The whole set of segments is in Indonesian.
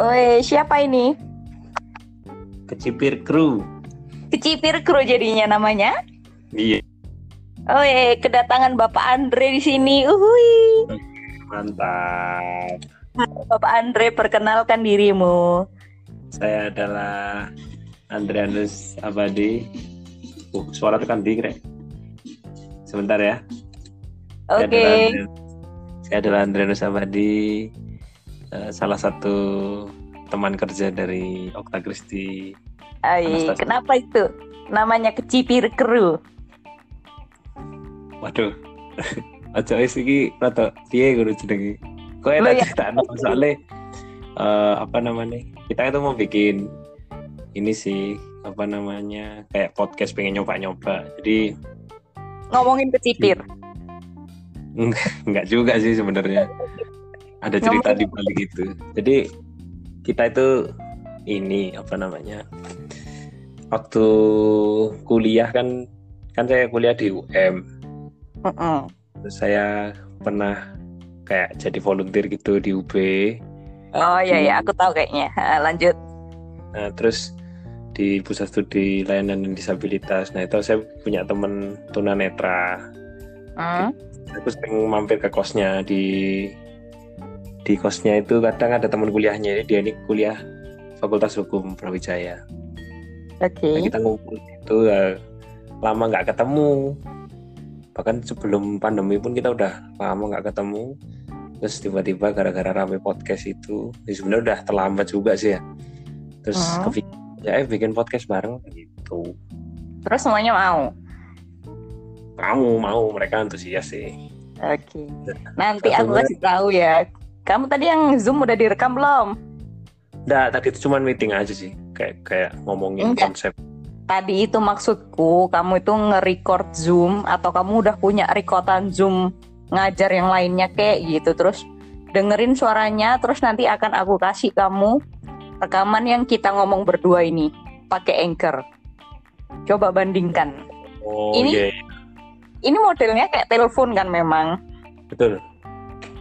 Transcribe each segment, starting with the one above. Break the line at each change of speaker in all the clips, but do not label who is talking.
Oi, siapa ini?
Kecipir kru.
Kecipir kru jadinya namanya.
Iya,
Oi, kedatangan Bapak Andre di sini. Uhui.
mantap.
Bapak Andre perkenalkan dirimu.
Saya adalah Andreanus Abadi. Uh, suara tekan di Rek. Sebentar ya.
Oke.
Saya adalah Andre- Saya adalah Andreanus Abadi, eh, salah satu teman kerja dari Okta Kristi.
Ai,
Anastasia.
kenapa itu? Namanya kecipir kru.
Waduh. Ojo wis iki rada piye guru jenenge.
Loh,
Kok
ya.
enak cerita soalnya eh, apa namanya? Kita itu mau bikin ini sih apa namanya kayak podcast pengen nyoba-nyoba. Jadi
Ngomongin kecipir.
nggak juga sih sebenarnya. Ada cerita di balik itu. Jadi kita itu ini apa namanya? Waktu kuliah kan kan saya kuliah di UM.
Mm-mm.
Terus saya pernah kayak jadi volunteer gitu di UB. Ah,
Oh iya ya, aku tahu kayaknya. Ha, lanjut.
Nah, terus di pusat studi layanan dan disabilitas. Nah, itu saya punya temen tunanetra.
Hmm.
Aku sering mampir ke kosnya di di kosnya itu kadang ada teman kuliahnya. Jadi dia ini kuliah Fakultas Hukum Brawijaya.
Oke.
Nah, kita ngumpul itu lama nggak ketemu. Bahkan sebelum pandemi pun kita udah lama nggak ketemu. Terus tiba-tiba gara-gara rame podcast itu, ya sebenarnya udah terlambat juga sih ya. Terus
Hmm.
kepikiran ya eh, bikin podcast bareng gitu.
Terus semuanya mau.
Mau mau mereka antusias sih.
Oke. Nanti
Satu
aku kasih tahu ya. Kamu tadi yang Zoom udah direkam belum?
Nggak, tadi itu cuman meeting aja sih. Kayak kayak ngomongin
Enggak.
konsep.
Tadi itu maksudku, kamu itu nge-record Zoom atau kamu udah punya rekotan Zoom ngajar yang lainnya kayak gitu. Terus dengerin suaranya, terus nanti akan aku kasih kamu rekaman yang kita ngomong berdua ini pakai Anchor. Coba bandingkan.
Oh
Ini-
iya,
Ini modelnya kayak telepon kan memang.
betul.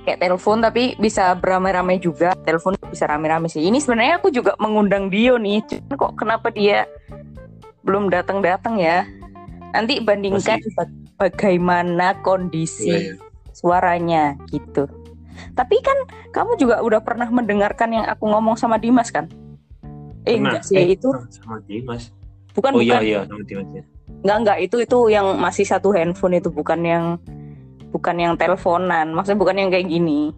kayak telepon tapi bisa beramai-ramai juga telepon bisa rame-rame sih ini sebenarnya aku juga mengundang Dio nih cuman kok kenapa dia belum datang-datang ya nanti bandingkan ba- bagaimana kondisi
Iya, iya.
suaranya gitu tapi kan kamu juga udah pernah mendengarkan yang aku ngomong sama Dimas kan eh
Pernah.
enggak sih
Eh,
itu
sama Dimas.
bukan
Oh iya
bukan
iya sama Dimas. ya.
enggak enggak itu itu yang masih satu handphone itu bukan yang bukan yang teleponan maksudnya bukan yang kayak gini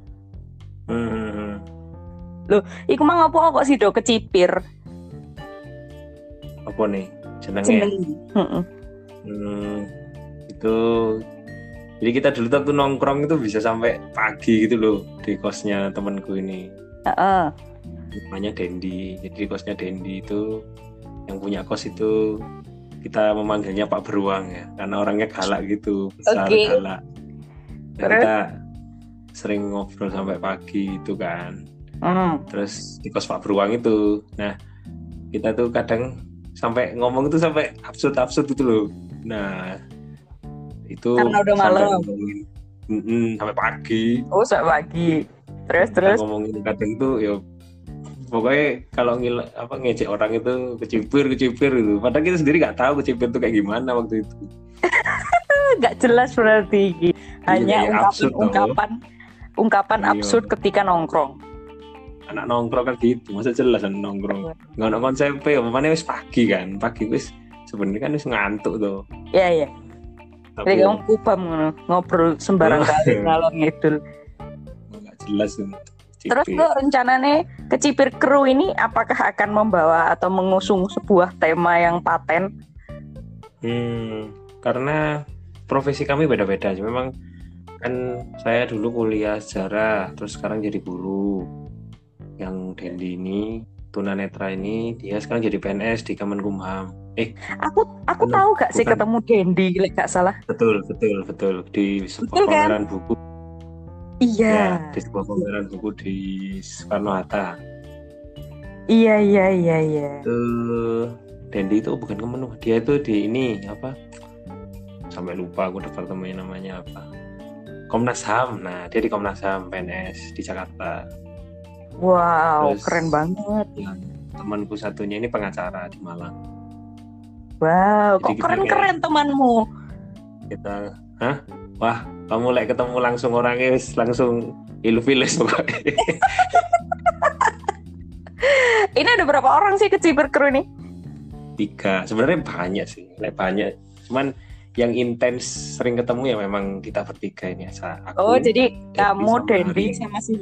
Hmm, hmm, hmm.
Iku mah ngopo kok sido kecipir
Apa nih? Jenenge.
jeneng. Heeh.
Hmm, itu jadi kita dulu tuh nongkrong itu bisa sampai pagi gitu loh di kosnya temanku ini
Heeh.
namanya Dendi jadi di kosnya Dendi itu yang punya kos itu kita memanggilnya Pak Beruang ya karena orangnya galak gitu besar
Oke.
galak Dan
Terus?
kita sering ngobrol sampai pagi itu kan
Hmm.
terus di kos Pak Beruang itu. Nah, kita tuh kadang sampai ngomong tuh sampai absurd-absurd gitu loh. Nah, itu
Karena udah
sampai
malam.
ngomongin, Mm-mm, sampai pagi.
Oh, sak pagi. Terus
Kita
terus.
ngomongin kadang tuh ya pokoknya kalau ngil apa ngecek orang itu kecipir kecipir gitu. Padahal kita sendiri nggak tahu kecipir tuh kayak gimana waktu itu.
Enggak jelas berarti iki. Hanya
Iya, iya, absurd tau.
ungkapan-ungkapan ungkapan
Iya.
absurd ketika nongkrong.
Anak nongkrong kan gitu, masa jelas anak nongkrong. Nggak ada konsep ya, mana wis pagi kan, pagi wis sebenarnya kan wis ngantuk tuh.
Iya, iya. Jadi
Tapi ya,
kamu kupam ngono, ngobrol sembarang
Iya.
kali ngalor ngidul.
nggak jelas gitu.
Terus
Cipir.
lo rencananya kecipir kru ini apakah akan membawa atau mengusung sebuah tema yang paten?
Hmm, karena profesi kami beda-beda. Memang kan saya dulu kuliah sejarah, terus sekarang jadi guru. Yang Dendi ini, tunanetra ini, dia sekarang jadi PNS di Kemenkumham. Eh,
Aku aku
Bukan.
tahu gak sih
Bukan.
ketemu Dendi, lek gak salah.
betul, betul, betul. Di sebuah
Betul, kan?
pameran buku.
Iya.
Ya, di sebuah pameran buku di Soekarno-Hatta.
Iya, iya, iya, iya.
Eh, Dendi itu bukan Kemenkumham, dia itu di ini, apa? Sampai lupa aku departemennya namanya apa. Komnas HAM, nah dia di Komnas HAM PNS di Jakarta.
Wow,
Terus-
keren banget.
yang temanku satunya ini pengacara di Malang
Wow, kok
Jadi kita
keren-keren temanmu.
kita hah wah kamu lek ketemu langsung orangnya wis langsung ilfilis pokoknya
Ini ada berapa orang sih ke Cyber Crew nih?
tiga sebenarnya banyak sih lek banyak cuman yang intens sering ketemu ya memang kita bertiga ini Sa- aku
Oh, jadi kamu,
Hmm. sama
Dendi,
Ari.
sama si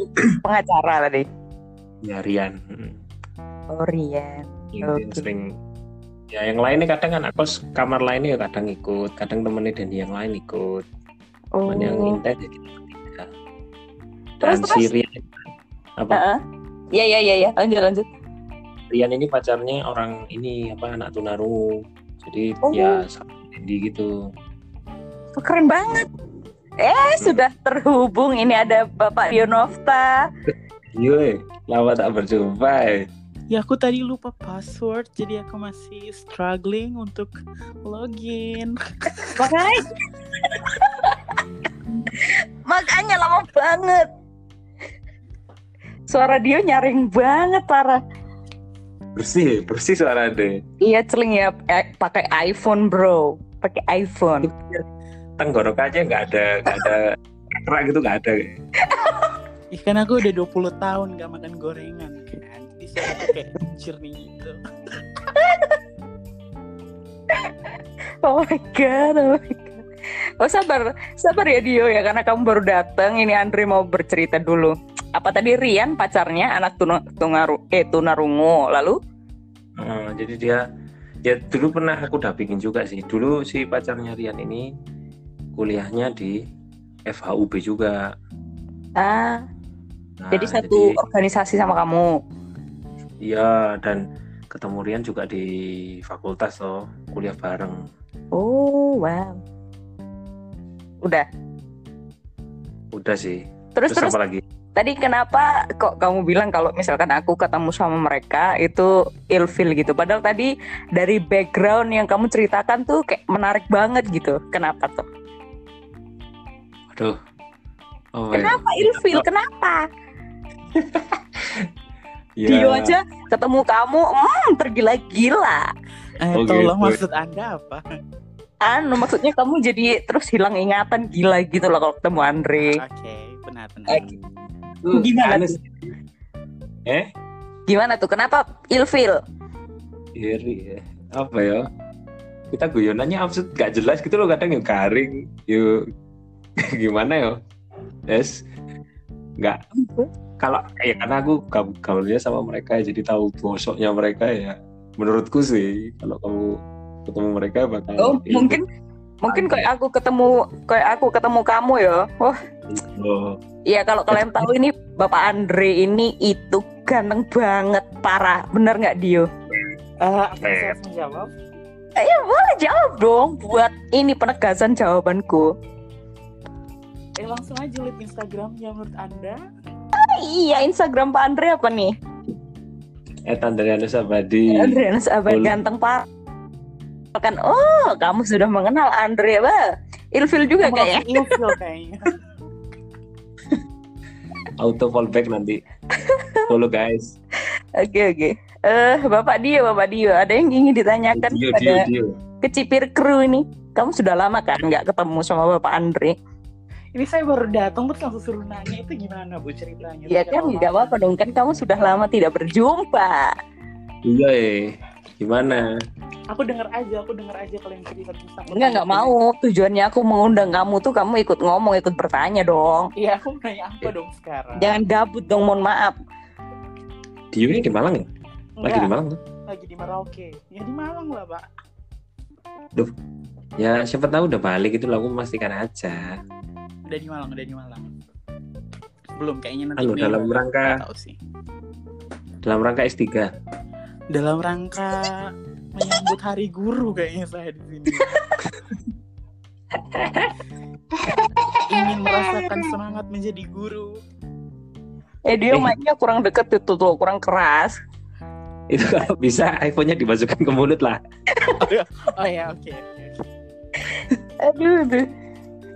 pengacara tadi.
ya Rian Mm.
Oh, Rian.
Intens
Oke.
sering ya yang lainnya kadang kan aku s- kamar lainnya ya kadang ikut kadang temennya dan yang lain ikut
Oh.
cuman yang intens ya kita bertiga dan
Terus,
si
terus?
Rian apa
Heeh. Iya, iya, iya, iya. Lanjut, lanjut.
Rian ini pacarnya orang ini apa anak tunarungu jadi
Oh.
ya sama Dendi gitu
Kok keren banget. Eh, sudah terhubung. Ini ada Bapak Dionofta.
Yoi, Iya, lama tak berjumpa eh.
Ya aku tadi lupa password jadi aku masih struggling untuk login.
Makanya. Makanya lama banget. Suara dia nyaring banget, parah.
bersih bersih suara deh
Iya, celing ya. Eh, pakai iPhone, bro. Pakai iPhone.
tenggorokannya nggak ada nggak ada kerak gitu nggak ada
Ya kan aku udah 20 tahun gak makan gorengan kan. Jadi saya tuh kayak jernih gitu.
Oh my god, oh my god. Oh sabar, sabar ya Dio ya karena kamu baru datang. Ini Andre mau bercerita dulu. Apa tadi Rian pacarnya anak tuna, tungaru, eh tunarungu. Lalu
Hmm, jadi dia ya dulu pernah aku dampingin juga sih dulu si pacarnya Rian ini kuliahnya di FHUB juga
ah,
Nah,
jadi satu organisasi sama kamu.
iya dan ketemu Rian juga di fakultas loh kuliah bareng
Oh, wow. Udah.
udah sih
Terus terus,
apa lagi
tadi kenapa kok kamu bilang kalau misalkan aku ketemu sama mereka itu ilfil gitu. Padahal tadi dari background yang kamu ceritakan tuh kayak menarik banget gitu. Kenapa tuh?
aduh oh my God.
Kenapa ilfil? Kenapa?
Ya.
Dio aja ketemu kamu, hmm, tergila-gila.
Eh,
Oh,
tolong
gitu.
maksud anda apa?
Anu maksudnya kamu jadi terus hilang ingatan gila gitu loh kalau ketemu Andre.
Oke, benar-benar.
Eh,
Tuh,
Gimana
aneh
tuh?
sih. eh
Gimana tuh? Kenapa ilfil?
Iri ya. apa ya kita guyonannya absurd gak jelas gitu loh kadang yuk garing yuk gimana yo es nggak kalau ya karena aku gab- gaulnya sama mereka ya, jadi tahu bosoknya mereka ya menurutku sih kalau kamu ketemu mereka bakal
Oh,
ilfil.
mungkin mungkin kayak aku ketemu kayak aku ketemu kamu ya. Wah,
Oh,
iya kalau kalian tahu ini Bapak Andre ini itu ganteng banget parah. Bener nggak Dio?
Eh, aku
Eh.
bisa langsung jawab.
Eh, ya boleh jawab dong buat ini penegasan jawabanku.
Eh langsung aja lihat Instagramnya menurut anda.
Iya, Instagram Pak Andre apa nih?
eh Tandriano Sabadi
Andreas abad
Iya. Boleh.
ganteng pak kan oh kamu sudah mengenal Andre bah ilfil juga kayaknya
Kamu langsung ilfil iya, kayaknya.
auto fallback nanti follow guys
oke oke eh bapak Dio bapak Dio ada yang ingin ditanyakan
Dio,
pada
Dio, Dio.
kecipir kru ini kamu sudah lama kan nggak ketemu sama bapak Andre
Ini saya baru datang terus langsung suruh nanya itu gimana bu ceritanya?
ya kan nggak apa-apa dong kan kamu sudah lama tidak berjumpa
iya eh. gimana
Aku denger aja, aku denger aja kalian cerita tentang.
enggak nggak mau tujuannya aku mengundang kamu tuh kamu ikut ngomong ikut bertanya dong
Iya, aku mau nanya apa dong sekarang?
jangan gabut dong mohon maaf
Dio ini di Malang ya lagi
Enggak,
di Malang tuh
lagi di Merauke. Ya di Malang lah, Pak.
ya siapa tahu udah balik itu lah aku memastikan aja
Udah di Malang, udah di Malang. Belum kayaknya nanti.
Halo,
Mei
dalam
baru.
rangka
Nggak tahu sih.
dalam rangka S3.
Dalam rangka menyambut Hari Guru kayaknya saya di sini. Ingin merasakan semangat menjadi guru.
eh
Eh.
Dio mainnya kurang deket itu tuh kurang keras
Itu kalau bisa iPhone-nya dimasukkan ke mulut lah.
Oh ya, oke. oke, oke.
Aduh, aduh.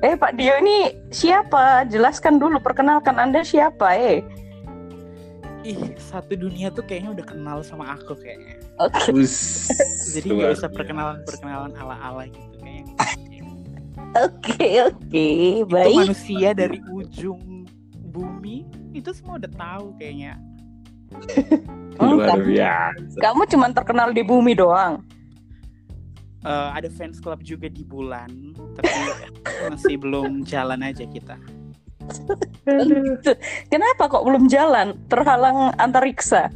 Eh Pak Dio ini siapa? Jelaskan dulu, perkenalkan Anda siapa eh.
ih satu dunia tuh kayaknya udah kenal sama aku kayaknya
Oke.
Wus,
jadi
luar
nggak usah
biasa.
perkenalan perkenalan ala ala gitu kayaknya
Oke, oke.
itu
Baik.
manusia dari ujung bumi itu semua udah tahu kayaknya
Luar
Enggak.
biasa.
Kamu cuma terkenal di bumi doang.
Eh, ada fans club juga di bulan tapi masih belum jalan aja kita
Kenapa kok belum jalan? Terhalang antariksa.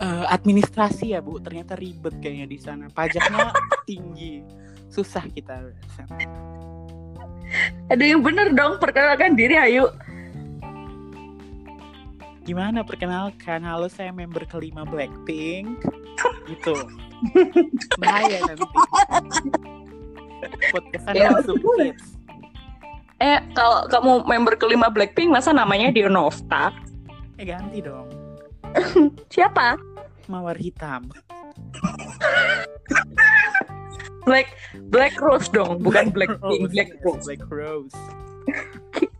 Eh, administrasi ya bu ternyata ribet kayaknya di sana pajaknya tinggi susah kita
Ada yang bener dong, perkenalkan diri ayo.
gimana perkenalkan halo saya member kelima Blackpink gitu bahaya nanti podcastnya
Ya,
langsung hits
Eh, kalau kamu member kelima Blackpink, masa namanya Dionovta?
eh ganti dong
Siapa?
mawar hitam
Black Black Rose dong, bukan Blackpink,
Rose,
Black
yes,
Rose.
Oh, Black Rose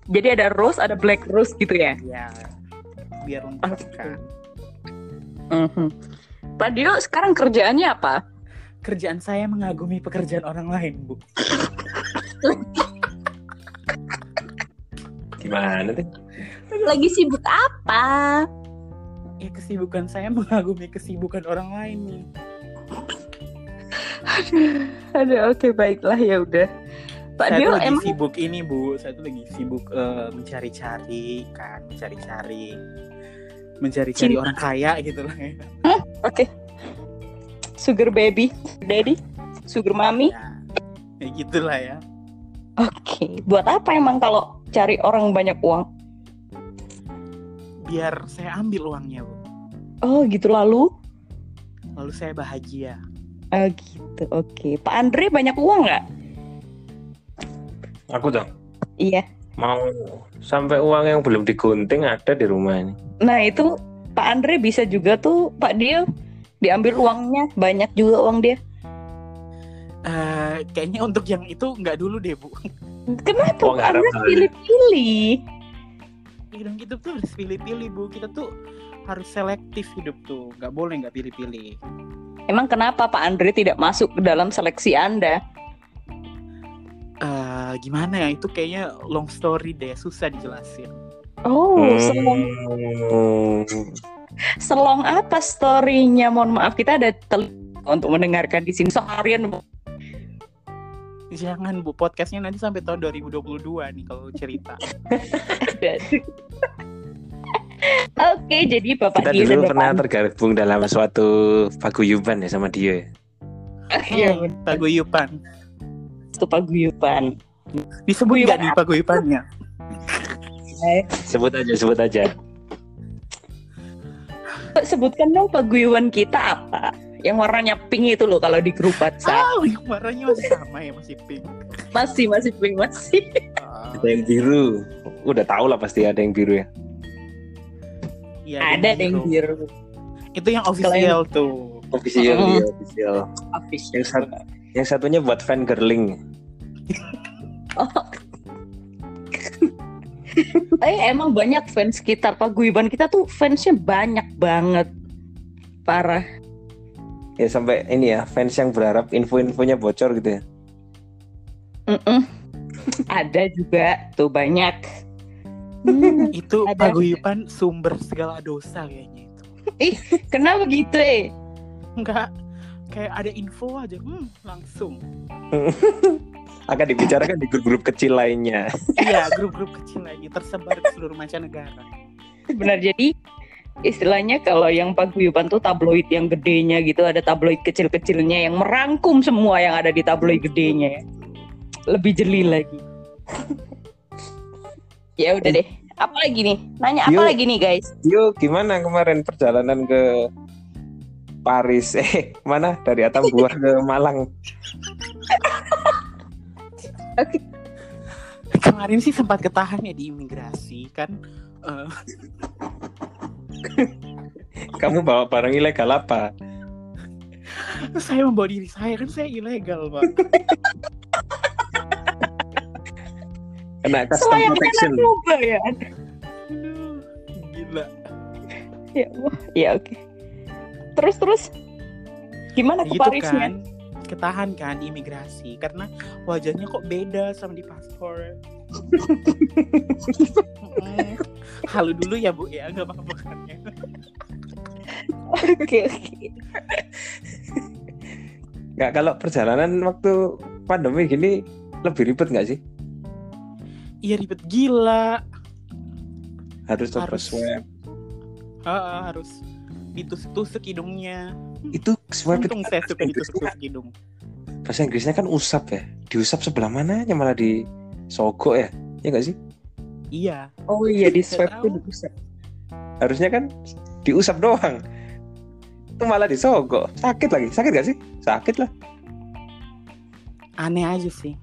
Jadi ada Rose, ada Black Rose gitu ya.
ya biar lengkap kan
Mhm. Pak Dio sekarang kerjaannya apa?
kerjaan saya
Hmm.
mengagumi pekerjaan orang lain bu
Gimana tuh?
Lagi sibuk apa?
ya kesibukan saya mengagumi kesibukan orang lain nih
Hmm. Aduh, oke baiklah ya udah. Pak
saya
Dio
tuh lagi
emang
sibuk ini bu saya tuh lagi sibuk eh, mencari-cari kan mencari-cari mencari-cari
Cinta.
orang kaya gitu lah ya.
oke. Sugar baby, daddy, sugar mommy.
ya ya gitulah ya
Oke, buat apa emang kalau cari orang banyak uang?
biar saya ambil uangnya bu
Oh, gitu lalu?
lalu saya bahagia
Oh, gitu. Oke. Pak Andre banyak uang nggak?
Aku dong
Iya.
mau sampai uang yang belum digunting ada di rumah ini.
Nah, itu Pak Andre bisa juga tuh, Pak Dio diambil uangnya, banyak juga uang dia.
Eh, kayaknya untuk yang itu nggak dulu deh bu
Kenapa
Uang
Pak Andre
haram kali.
pilih-pilih?
hidup hidup tuh harus pilih-pilih bu kita tuh harus selektif hidup tuh nggak boleh nggak pilih-pilih
Emang kenapa Pak Andre tidak masuk ke dalam seleksi Anda?
Eh, gimana ya itu kayaknya long story deh susah dijelasin
Oh, selong,
Hmm.
selong apa story-nya? Mohon maaf, kita ada tel- untuk mendengarkan di sini seharian.
Jangan bu, podcastnya nanti sampai tahun 2022 nih kalau cerita.
Oke, jadi Bapak
Kita
Dio dan
dulu
Bapak
pernah
Andre-
tergabung dalam suatu paguyuban ya sama dia. ya.
Iya,
Hmm, paguyupan.
itu paguyuban.
Disebut nggak nih paguyupannya?
Sebut aja, sebut aja.
Pak, Sebutkan dong paguyuban kita apa? Yang warnanya pink itu loh kalau di grup WhatsApp.
Ah, yang warnanya masih sama ya masih pink.
Masih, masih pink, masih.
Ah,
Ada yang biru. Udah tau lah pasti ada yang biru ya.
iya,
ada deh yang
biru.
biru.
Itu yang official tuh.
Official,
Mm.
Hmm.
iya, official.
Official.
Yang satu. Yang satunya buat fan girling.
Eh, emang banyak fans kita. Paguyuban kita tuh fansnya banyak banget. Parah.
Ya sampai ini ya, fans yang berharap info-infonya bocor gitu ya.
Mm-mm. ada juga tuh banyak. Hmm.
Itu
Ada.
paguyupan sumber segala dosa kayaknya itu.
Kenapa gitu eh?
Enggak, kayak ada info aja, hmm, langsung.
Akan dibicarakan di grup-grup kecil lainnya.
Iya, grup-grup kecil lagi tersebar di seluruh mancanegara.
Benar jadi istilahnya kalau yang paguyuban tuh tabloid yang gedenya gitu ada tabloid kecil-kecilnya yang merangkum semua yang ada di tabloid gedenya ya. Lebih jeli lagi. ya udah deh. Apa lagi nih? Nanya apa
Yuk.
lagi nih guys?
Yo, gimana kemarin perjalanan ke Paris? Eh, mana? Dari Atambua ke Malang.
Kemarin sih sempat ketahan ya di imigrasi kan. eh,
Kamu bawa barang ilegal apa?
saya membawa diri saya kan saya ilegal pak
Kena custom
Soalnya kena
protection.
narkoba ya.
Aduh, gila
ya Allah. Ya oke. Terus terus gimana ke
gitu
Parisnya?
kan ketahan kan imigrasi karena wajahnya kok beda sama di paspor Mm-mm. halu dulu ya bu ya nggak apa-apa kan ya.
Oke oke.
Nggak, kalau perjalanan waktu pandemi gini lebih ribet nggak sih?
iya ribet gila
Harus coba
Harus.
swab.
Ha-ha, harus ditusuk-tusuk hidungnya
Itu swab itu
untung saya suka ditusuk-tusuk hidung
bahasa Inggrisnya kan usap ya. Diusap sebelah mananya malah di sogok ya. Ya nggak sih?
iya
Oh iya di swab
Nggak
tuh
tahu.
diusap.
Harusnya kan diusap doang. Itu malah disogok. Sakit lagi. Sakit nggak sih? Sakit lah.
aneh aja sih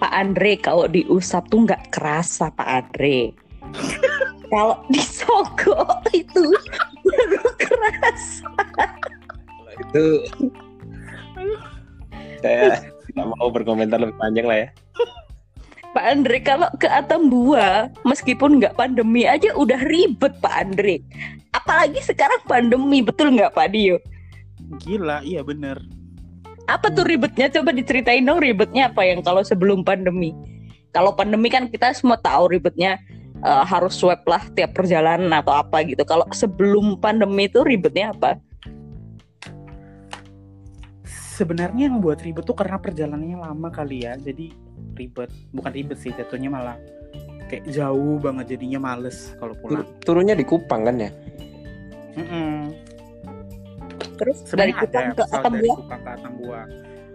Pak Andre kalau diusap tuh nggak kerasa Pak Andre. kalau disogok itu baru kerasa.
Kalau itu saya tidak mau berkomentar lebih panjang lah ya.
Pak Andre kalau ke Atambua meskipun nggak pandemi aja udah ribet Pak Andre. Apalagi sekarang pandemi betul nggak Pak Dio?
gila iya bener
Apa tuh ribetnya? Coba diceritain dong ribetnya apa yang kalau sebelum pandemi. Kalau pandemi kan kita semua tahu ribetnya eh, harus swab lah tiap perjalanan atau apa gitu. Kalau sebelum pandemi itu ribetnya apa?
Sebenarnya yang buat ribet tuh karena perjalanannya lama kali ya. Jadi ribet, bukan ribet sih jatuhnya malah kayak jauh banget jadinya males kalau pulang.
Turunnya di Kupang kan ya?
Mm-mm.
Terus dari
Sebenarnya
Kupang
ada
ke
pesawat dari
Atambua
Kupang ke Atambua.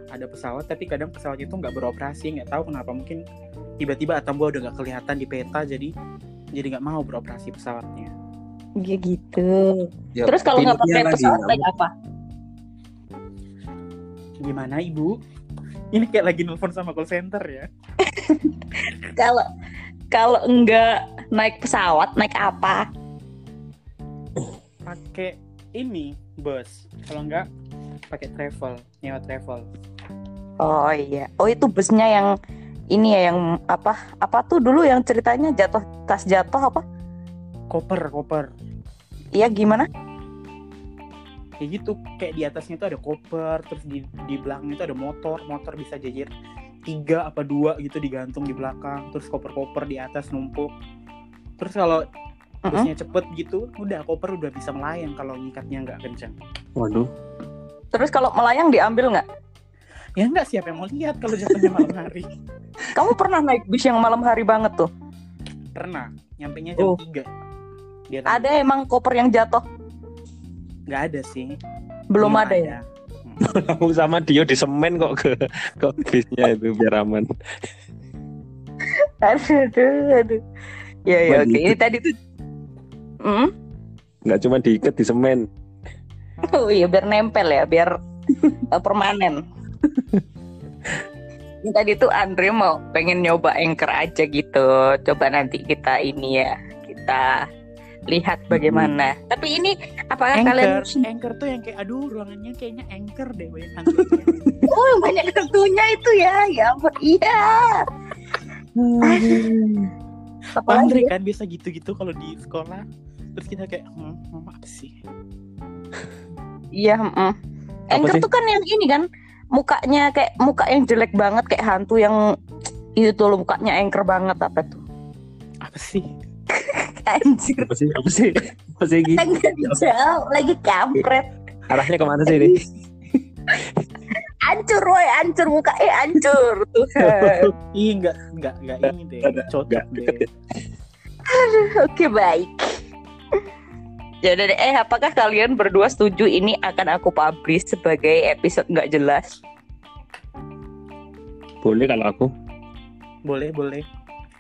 Ada pesawat tapi kadang pesawatnya itu nggak beroperasi, nggak tahu kenapa mungkin tiba-tiba Atambua udah nggak kelihatan di peta jadi jadi nggak mau beroperasi pesawatnya.
ya gitu. Terus kalau nggak
pilotnya
pakai
Ya, lagi
pesawat
nggak
naik apa?
Gimana ibu? Ini kayak lagi nelfon sama call center ya.
Kalau kalau enggak naik pesawat naik apa?
Pakai ini bus. Kalau nggak pakai travel, nyewa travel.
Oh iya. Oh itu busnya yang ini ya yang apa apa tuh dulu yang ceritanya jatuh tas jatuh apa?
koper koper
Iya gimana?
kayak gitu kayak di atasnya itu ada koper terus di di belakangnya itu ada motor motor bisa jejer tiga apa dua gitu digantung di belakang terus koper koper di atas numpuk terus kalau
Mm-mm.
busnya cepet gitu udah koper udah bisa melayang kalau ngikatnya nggak kencang
Waduh.
Terus kalau melayang diambil nggak?
ya nggak siapa yang mau lihat kalau jatuhnya malam hari
Kamu pernah naik bis yang malam hari banget tuh?
pernah nyampe nya
Oh.
jam tiga dia
Ada emang koper yang jatuh?
nggak ada sih
Belum ada ya?
Kamu sama Dio di semen kok ke kok bisnya itu biar aman.
Aduh, aduh, aduh. Ya, ya, oke.
Waduh.
Ini tadi tuh. Hmm?
Nggak cuma diikat di semen.
Oh iya, biar nempel ya, biar eh, permanen. Ini tadi tuh Andre mau pengen nyoba anchor aja gitu. Coba nanti kita ini ya, kita lihat bagaimana. Tapi ini apakah kalian
anchor anchor tuh yang kayak aduh ruangannya kayaknya anchor deh banyak hantunya.
Oh, yang banyak tentunya itu ya. Ya ampun, iya.
Andre kan biasa gitu-gitu kalau di sekolah terus kita kayak hmm, hmm, apa sih
Iya, heeh. Anchor
sih?
tuh kan yang ini kan mukanya kayak muka yang jelek banget kayak hantu yang itu tuh loh, mukanya anchor banget apa tuh?
apa sih
Anjir.
Apa sih? Apa sih? Apa sih Gi?
Enggak jauh, lagi kampret.
Arahnya kemana sih ini?
Ancur woy, ancur muka eh ancur. Tuhan.
ih nggak nggak nggak ini deh
Nggak,
cocok
nggak.
deh
Oke, baik. Ya udah deh, eh apakah kalian berdua setuju ini akan aku publish sebagai episode nggak jelas?
Boleh kalau aku.
boleh boleh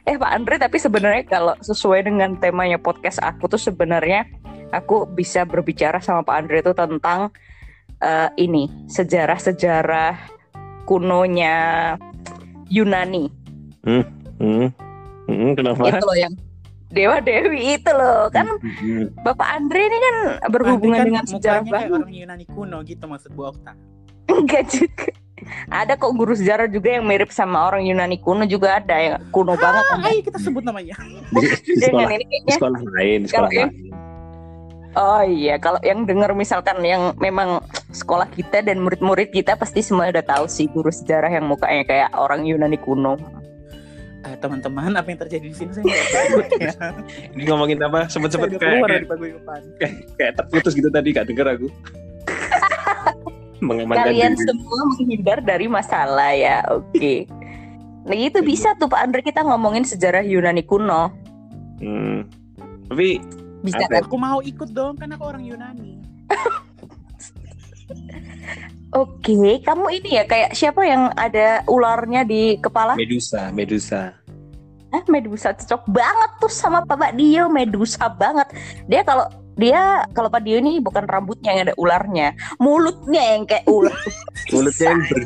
Eh Pak Andre, tapi sebenarnya kalau sesuai dengan temanya podcast aku tuh sebenarnya aku bisa berbicara sama Pak Andre itu tentang eh, ini sejarah-sejarah kunonya Yunani.
Hmm. Hmm, kenapa?
Itu loh yang Dewa Dewi itu loh. Iya, Kan
Hmm.
Bapak Andre ini kan berhubungan
Nanti
dengan
mukanya
sejarah
kayak
Belanda.
orang Yunani kuno gitu maksud Bu Okta
Enggak juga. Ada kok guru sejarah juga yang mirip sama orang Yunani kuno juga ada yang kuno banget. kan.
ayo kita sebut namanya
Di, di
Jangan
sekolah,
ini
di
kayaknya
sekolah lain, di sekolah
Kalau
lain.
Oh iya, kalau yang dengar misalkan yang memang sekolah kita dan murid-murid kita pasti semua udah tahu sih guru sejarah yang mukanya kayak orang Yunani kuno.
Eh, teman-teman apa yang terjadi di sini saya nggak
Iya,
tahu ya.
Ini ngomongin apa?
Saya
Cepet-cepet
udah
kayak,
keluar
kayak,
dari paguyuban.
kayak terputus gitu tadi gak denger aku. Mengamankan
Kalian
diri.
semua menghindar dari masalah ya, oke. Nah itu bisa tuh Pak Andre kita ngomongin sejarah Yunani kuno.
Hmm. Tapi
Bisa kan?
Apa?
Aku mau ikut dong kan aku orang Yunani.
Oke, kamu ini ya kayak siapa yang ada ularnya di kepala?
Medusa, Medusa.
Ah, Medusa cocok banget tuh sama Bapak Dio, Medusa banget. Dia kalau dia kalau Pak Dio ini bukan rambutnya yang ada ularnya, mulutnya yang kayak ular.
Mulutnya yang ber,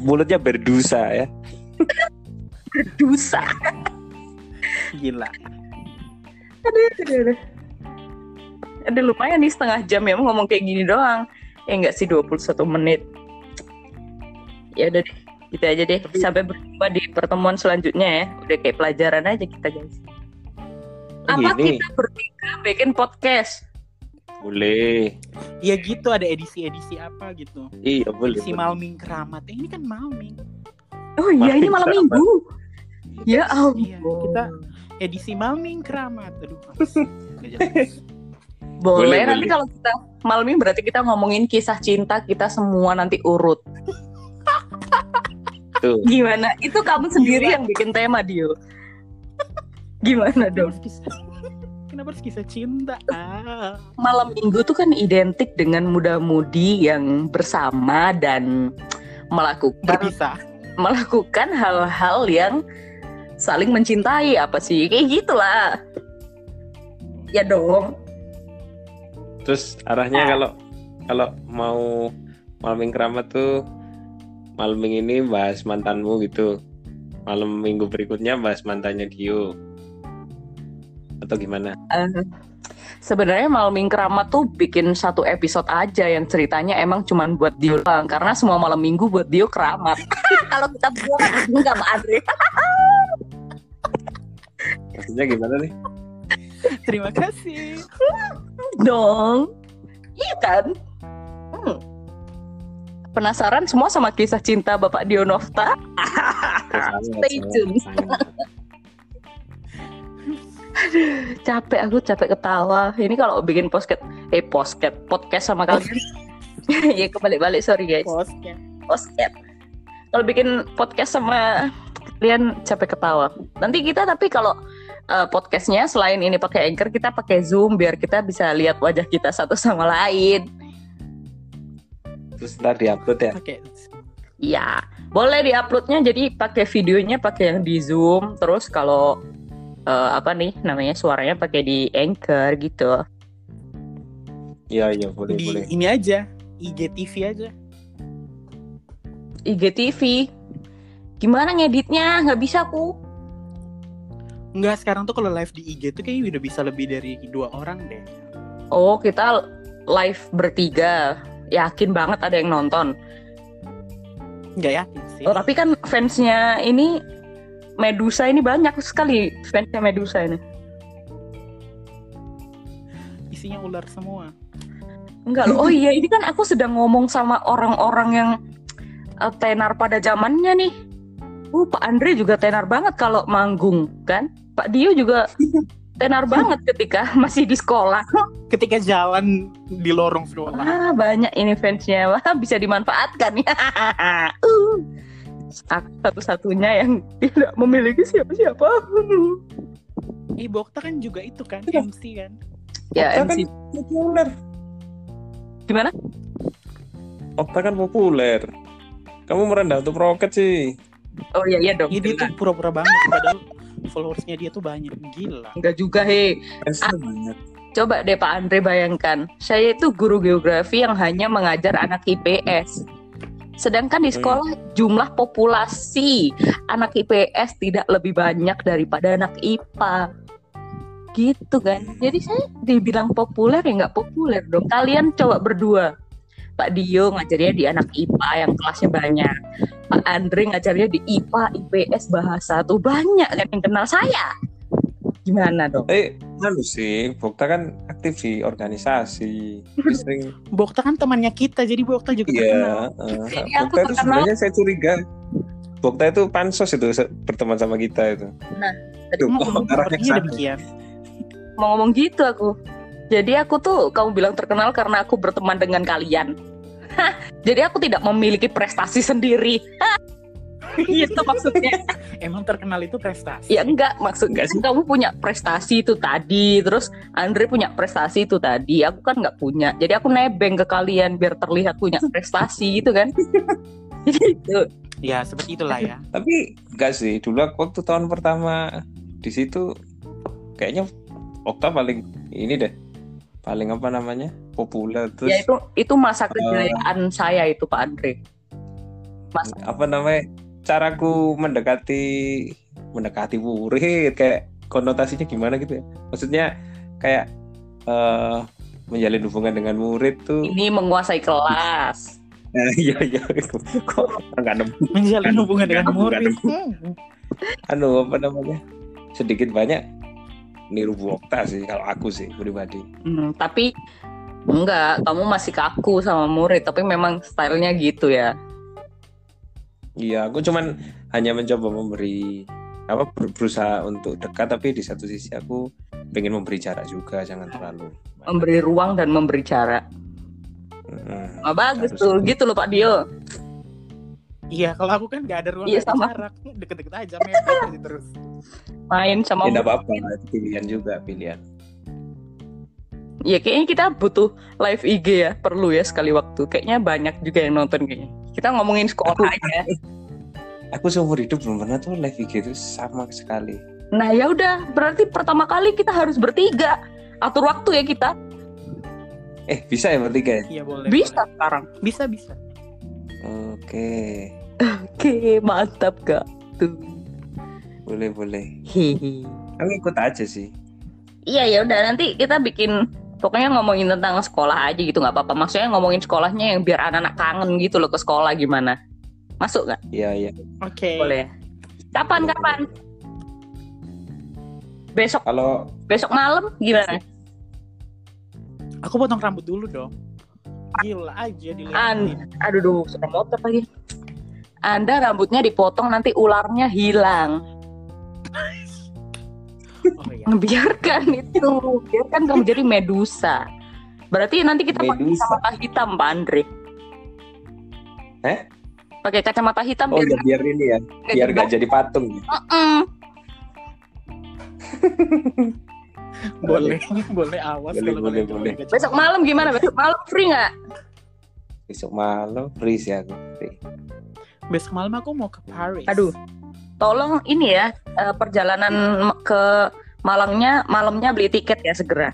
mulutnya berdusa ya.
Medusa.
Gila.
Aduh, aduh, aduh. Aduh, lumayan nih setengah jam ya ngomong kayak gini doang. Ya enggak sih 21 menit. Ya udah deh, gitu aja deh. Sampai berjumpa di pertemuan selanjutnya ya. Udah kayak pelajaran aja kita guys. Apa
Oh, Gini.
kita bertiga bikin podcast?
Boleh.
Ya gitu ada edisi-edisi apa gitu.
Iya, boleh.
Si Malming Keramat. Eh, ini kan Malming.
Oh iya, ini malam
Makin
minggu. Ya ampun.
Iya, kita edisi Malming Keramat. Aduh. males. Nggak jelas.
Boleh,
Boleh,
nanti
boleh.
kalau kita malam ini berarti kita ngomongin kisah cinta kita semua nanti urut.
Tuh.
Gimana? Itu kamu sendiri yang bikin tema, Dio. Gimana
Kenapa
dong?
harus kisah? Kenapa harus kisah cinta? Ah.
Malam minggu tuh kan identik dengan muda-mudi yang bersama dan melakukan
Berpisah.
melakukan hal-hal yang saling mencintai apa sih? Kayak gitulah. Ya dong.
Terus arahnya
Ah.
kalau kalau mau malam keramat tuh malam ini bahas mantanmu gitu. Malam minggu berikutnya bahas mantannya Dio. Atau gimana?
Eh, Sebenarnya malam minggu keramat tuh bikin satu episode aja yang ceritanya emang cuman buat Dio doang karena semua malam minggu buat Dio keramat. Kalau kita buat enggak Pak Andre.
Maksudnya gimana nih?
Terima kasih.
dong. Iya kan? Hmm. Penasaran semua sama kisah cinta Bapak Dionofta?
Nah,
Stay tune. Capek aku capek ketawa. Ini kalau bikin podcast eh podcast podcast sama kalian. ya kebalik-balik sorry guys.
Podcast.
Podcast. Kalau bikin podcast sama kalian capek ketawa. Nanti kita tapi kalau eh, podcastnya selain ini pakai anchor kita pakai zoom biar kita bisa lihat wajah kita satu sama lain.
Terus ntar diupload ya.
Oke.
Iya, boleh diuploadnya jadi pakai videonya pakai yang di Zoom, terus kalau eh, apa nih namanya suaranya pakai di Anchor gitu.
Iya iya boleh
Di
boleh.
ini aja. IGTV aja.
IGTV. Gimana ngeditnya? Nggak bisa aku.
Enggak, sekarang tuh kalau live di IG tuh kayaknya udah bisa lebih dari dua orang deh.
Oh, kita live bertiga. Yakin banget ada yang nonton.
Nggak yakin sih.
Oh, tapi kan fansnya ini Medusa ini banyak sekali fansnya Medusa ini.
Isinya ular semua.
Enggak loh. Oh iya, ini kan aku sedang ngomong sama orang-orang yang eh, tenar pada zamannya nih. Uh, Pak Andre juga tenar banget kalau manggung, kan? Pak Dio juga tenar banget ketika masih di sekolah.
Ketika jalan di lorong sekolah.
Wah, banyak ini fansnya. Wah, bisa dimanfaatkan ya.
Ah,
Uh. Aku satu-satunya yang tidak memiliki siapa-siapa.
Eh, Bokta kan juga itu kan,
Iya.
MC kan.
ya, MC.
populer.
Gimana?
Okta kan populer. Kamu merendah untuk roket sih.
Oh iya, iya dong.
Iya, dia tuh pura-pura banget. Padahal followersnya dia tuh banyak. Gila.
Enggak juga, hei.
Fansnya banyak.
Coba deh Pak Andre bayangkan, saya itu guru geografi yang hanya mengajar anak IPS. Sedangkan di
Hmm.
sekolah jumlah populasi anak IPS tidak lebih banyak daripada anak IPA. Gitu kan. Jadi saya dibilang populer ya nggak populer dong. Kalian coba berdua. Pak Dio ngajarnya di anak IPA yang kelasnya banyak. Pak Andre ngajarnya di IPA, IPS, bahasa tuh banyak kan yang kenal saya. Gimana dong?
Eh anu sih Bokta kan aktif di organisasi Dia sering
Bokta kan temannya kita, jadi Bokta juga
iya
terkenal.
eh.
Jadi aku
Bokta itu
terkenal.
sebenarnya saya curiga Bokta itu pansos itu se- berteman sama kita itu
Tadi
Tuh.
mau,
Arahnya
Sepertinya
kesana.
demikian.
mau ngomong gitu aku. Jadi aku tuh kamu bilang terkenal karena aku berteman dengan kalian. Hah, Jadi aku tidak memiliki prestasi sendiri. Hah, gitu maksudnya.
Emang terkenal itu prestasi.
Iya,
Ya enggak, maksudnya
Enggak sih.
kamu punya prestasi itu tadi, terus Andre punya prestasi itu tadi. Aku kan nggak punya. Jadi aku nebeng ke kalian biar terlihat punya prestasi gitu kan. Jadi itu.
Ya, seperti itulah ya.
tapi enggak sih dulu aku waktu tahun pertama di situ kayaknya Bokta paling ini deh paling apa namanya populer terus
ya itu itu masa kejayaan saya itu Pak Andre. Masa
apa namanya caraku mendekati mendekati murid kayak konotasinya gimana gitu ya maksudnya kayak eh menjalin hubungan dengan murid tuh
ini menguasai kelas.
Nah, iya iya kok nggak nemu
Menjalin
Kan-
hubungan dengan
kan-
murid.
kan- anu apa namanya sedikit banyak niru Bu Okta sih kalau aku sih pribadi
Hmm, tapi enggak, kamu masih kaku sama murid, tapi memang stylenya gitu ya.
iya aku cuman hanya mencoba memberi apa ber- berusaha untuk dekat tapi di satu sisi aku pengen memberi jarak juga jangan terlalu
Memberi ruang dan memberi jarak.
Mm-mm.
Wah, bagus
Harus.
tuh, gitu loh Pak Dio.
Iya, kalau aku kan nggak ada ruang
Iya,
nggak ada
sama.
jarak. Hmm, Deket-deket aja, mepet aja terus.
Main sama
Ya enggak
murid.
apa-apa, itu pilihan juga, pilihan.
Ya kayaknya kita butuh live IG ya, perlu ya sekali waktu. Kayaknya banyak juga yang nonton kayaknya. Kita ngomongin sekolah aja.
Aku seumur hidup belum pernah tuh live IG itu sama sekali.
Nah ya udah, berarti pertama kali kita harus bertiga. Atur waktu ya kita.
Eh, bisa ya bertiga ya?
Iya, boleh.
Bisa sekarang.
boleh. Bisa, bisa.
Oke.
Oke, mantap gak tuh.
Boleh, boleh.
Hehe.
Aku ikut aja sih.
Iya ya udah nanti kita bikin pokoknya ngomongin tentang sekolah aja gitu nggak apa-apa. Maksudnya ngomongin sekolahnya yang biar anak-anak kangen gitu loh ke sekolah gimana? Masuk nggak?
Iya, iya.
Oke.
Boleh. ya? Kapan kapan? Besok
Kalau
besok malam gimana?
Aku potong rambut dulu dong. Gila aja dilihatin.
An, aduh duh, sudah motor lagi. Anda rambutnya dipotong nanti ularnya hilang.
Oh iya.
Biarkan itu, biarkan kamu jadi medusa. Berarti nanti kita pakai
Medusa.
kacamata hitam, Pak Andre.
Eh?
Pakai kacamata hitam
oh ya biar ini ya, biar nggak jadi patung. ya.
Mm-mm.
Boleh, boleh awas
Boleh,
kalau
boleh,
kalian
boleh.
coba
Besok malam gimana? Besok malam free nggak?
Besok malam free sih aku. Free.
Besok malam aku mau ke Paris.
Aduh. Tolong ini ya eh, perjalanan m- ke Malangnya malamnya beli tiket ya segera.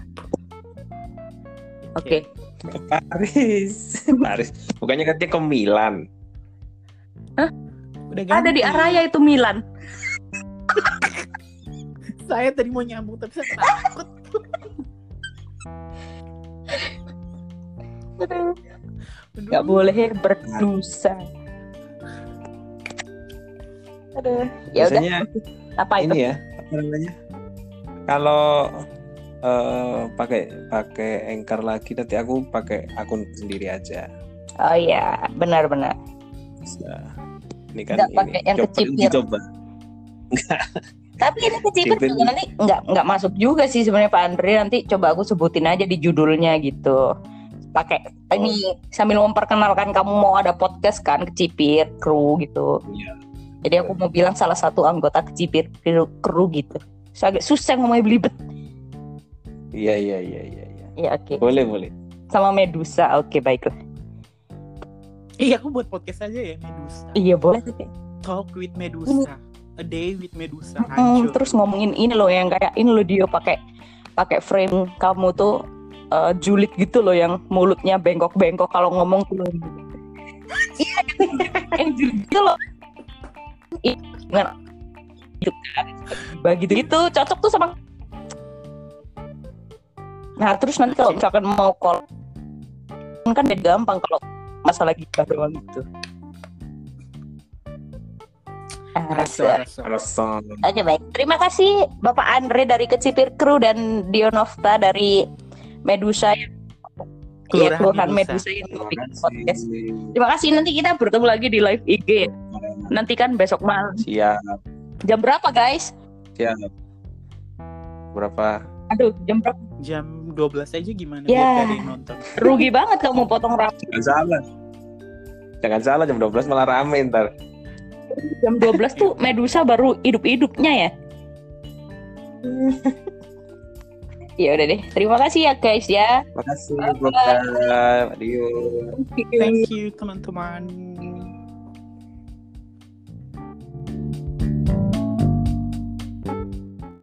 Oke.
Ke Paris. Paris. Bukannya katanya ke Milan.
Udah
Ada
ganti.
di Araya itu Milan.
Saya tadi mau nyambung tapi saya
Eh,
takut. Aduh.
Gak boleh berdosa. Aduh. Ya udah.
Biasanya
Apa itu?
ini ya apa namanya kalau eh, pakai pakai anchor lagi nanti aku pakai akun sendiri aja
Oh iya, benar-benar.
Bisa. ini kan
Nggak
ini
pakai yang
Coba-
kecipir.
dicoba.
Tapi ini kecil
Tipin.
juga nanti nggak nggak masuk juga sih sebenarnya Pak Andre. Nanti coba aku sebutin aja di judulnya gitu. Pakai ini sambil memperkenalkan kamu mau ada podcast kan kecipir kru gitu.
Iya.
Jadi aku mau bilang salah satu anggota kecipir kru, kru gitu. So, agak susah ngomongnya belibet.
iya iya iya iya iya.
Ya oke.
boleh boleh
Sama Medusa. Oke baiklah.
Iya, aku buat podcast aja ya Medusa.
Iya boleh.
Talk with Medusa. A day with Medusa.
Hmm,
Hancur.
terus ngomongin ini loh yang kayak ini loh Dio pakai pakai frame kamu tuh eh, julid gitu loh yang mulutnya bengkok-bengkok kalau ngomong tuh. Iya, yang julid gitu loh. Ih, Gimana? Gitu kan. Begitu gitu cocok tuh sama Nah, terus nanti kalau misalkan mau call kan udah gampang kalau masalah gibah doang gitu.
Reso,
Rasa.
reso.
alasan
Oke baik. Terima kasih Bapak Andre dari Kecipir Kru dan Dionofta dari Medusa yang
Kelurahan
ya, Kelurahan
Medusa.
Medusa yang
terima
bikin podcast.
kasih
Terima kasih nanti kita bertemu lagi di live IG. Nanti kan besok malam.
siap
Jam berapa guys?
siap berapa
Aduh, jam berapa?
Jam 12 aja gimana
Ya.
biar gak ada yang nonton.
Rugi banget kamu potong rambut
jangan salah jangan salah jam 12 malah rame ntar
jam 12 tuh Medusa baru hidup-hidupnya ya. ya udah deh. Terima kasih ya guys ya.
makasih bye bye adios
Thank you teman-teman.